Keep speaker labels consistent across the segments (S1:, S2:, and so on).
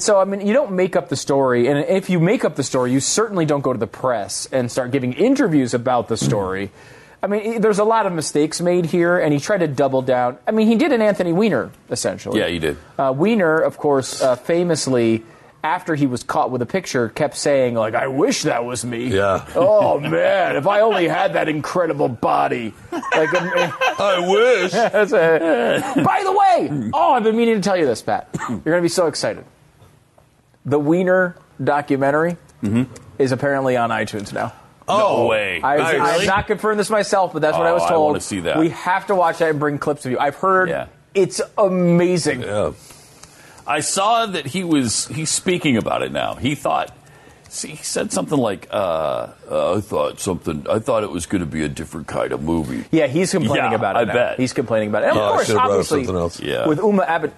S1: So, I mean, you don't make up the story, and if you make up the story, you certainly don't go to the press and start giving interviews about the story. I mean, there's a lot of mistakes made here, and he tried to double down. I mean, he did an Anthony Weiner, essentially.
S2: Yeah, he did.
S1: Uh, Weiner, of course, uh, famously, after he was caught with a picture, kept saying, like, I wish that was me.
S2: Yeah.
S1: oh, man, if I only had that incredible body. Like, um,
S2: I wish.
S1: that's a- by the way, oh, I've been meaning to tell you this, Pat. You're going to be so excited. The Wiener documentary is apparently on iTunes now.
S2: Mm-hmm. Oh, way.
S1: I,
S2: Nice.
S1: I have not confirmed this myself, but that's what I
S2: Oh,
S1: was
S2: I
S1: told.
S2: wanna see that.
S1: We have to watch that and bring clips of you. I've heard
S2: Yeah.
S1: it's amazing.
S2: Yeah. I saw that he was he's speaking about it now. He thought see, he said something like uh, uh, I thought something I thought it was going to be a different kind of movie.
S1: Yeah, he's complaining
S2: Yeah,
S1: about it.
S2: I
S1: now.
S2: bet.
S1: He's complaining about it. And
S3: Yeah, Uh, I
S1: of course,
S3: should've brought up
S1: obviously,
S3: something else.
S2: Yeah.
S1: with Uma Abbott,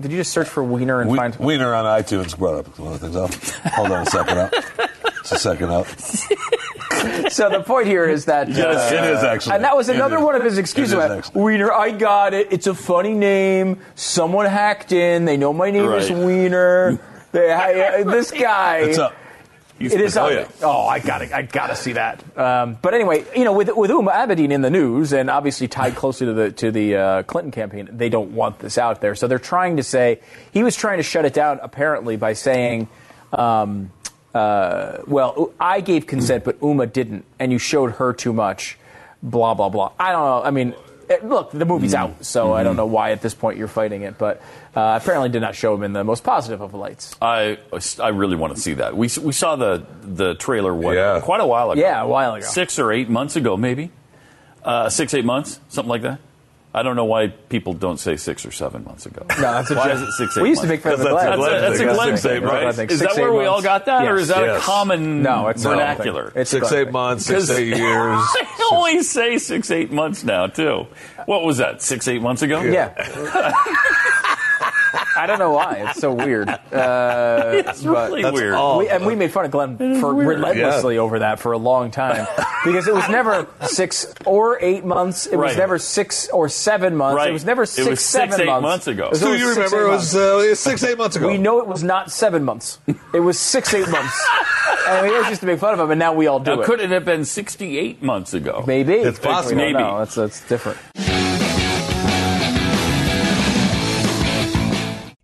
S1: did you just search for Wiener and
S3: We,
S1: find
S3: Wiener on iTunes brought up a lot of things. Up. Hold on a second. Up. It's a second up.
S1: So the point here is that
S2: Yes, it is
S3: actually.
S1: and that was
S3: It
S1: another
S3: is.
S1: one of his excuses.
S3: It is
S1: about,
S3: excellent.
S1: Wiener, I got it. It's a funny name. Someone hacked in. They know my name is
S2: Right.
S1: Wiener. They, I, I- this guy.
S3: It's up.
S2: He's-
S1: It is
S2: oh,
S1: up.
S2: yeah.
S1: Oh, I gotta, I gotta see that. Um, but anyway, you know, with with Uma Abedin in the news and obviously tied closely to the to the uh, Clinton campaign, they don't want this out there. So they're trying to say he was trying to shut it down apparently by saying, um, uh, "Well, I gave consent, but Uma didn't, and you showed her too much." Blah blah blah. I don't know. I mean. eh, Look, the movie's out, so I don't know why at this point you're fighting it, but uh, apparently did not show him in the most positive of lights.
S2: I I really want to see that. We we saw the the trailer what,
S3: Yeah.
S2: quite a while ago.
S1: Yeah, a while ago.
S2: Six or eight months ago, maybe. Uh, six eight months, something like that. I don't know why people don't say six or seven months ago. No,
S1: that's a
S2: why
S1: joke.
S2: is it six eight?
S1: We used to
S2: months?
S1: make fun of the
S3: Because
S1: Glenn.
S2: That's a, that's
S3: that's a Glenn
S2: a
S3: Six,
S2: Glenn
S3: eight,
S2: thing,
S3: that's
S2: right?
S3: what I
S1: think.
S2: Is
S1: Six,
S2: that where
S1: eight
S2: we all
S1: months.
S2: got that, or
S1: Yes.
S2: is that
S3: Yes.
S2: a common
S1: No, it's not.
S2: vernacular?
S1: It's
S3: Six,
S1: Glenn.
S3: eight months, six, eight years.
S2: They only say six, eight months now, too. What was that? Six, eight months ago?
S1: Yeah. I don't know why. It's so weird. Uh,
S2: It's really
S3: That's
S2: weird.
S3: all.
S1: we, and we made fun of Glenn for
S2: weird.
S1: relentlessly over that for a long time because it was never six or eight months. It was
S2: Right.
S1: never six or seven months.
S2: Right.
S1: It was never
S2: It
S1: six,
S2: was
S1: seven
S2: six, eight
S1: months.
S2: months ago.
S1: It was
S3: Do
S1: always
S3: you
S1: six,
S3: remember?
S1: eight
S3: It
S1: months.
S3: was uh, it was six, eight months ago.
S1: we know it was not seven months. It was six, eight months. and we always used to make fun of him, and now we all do
S2: Now,
S1: it.
S2: could it have been 68 months ago?
S1: Maybe.
S3: It's possible.
S1: We don't
S2: Maybe.
S1: know. That's, that's different.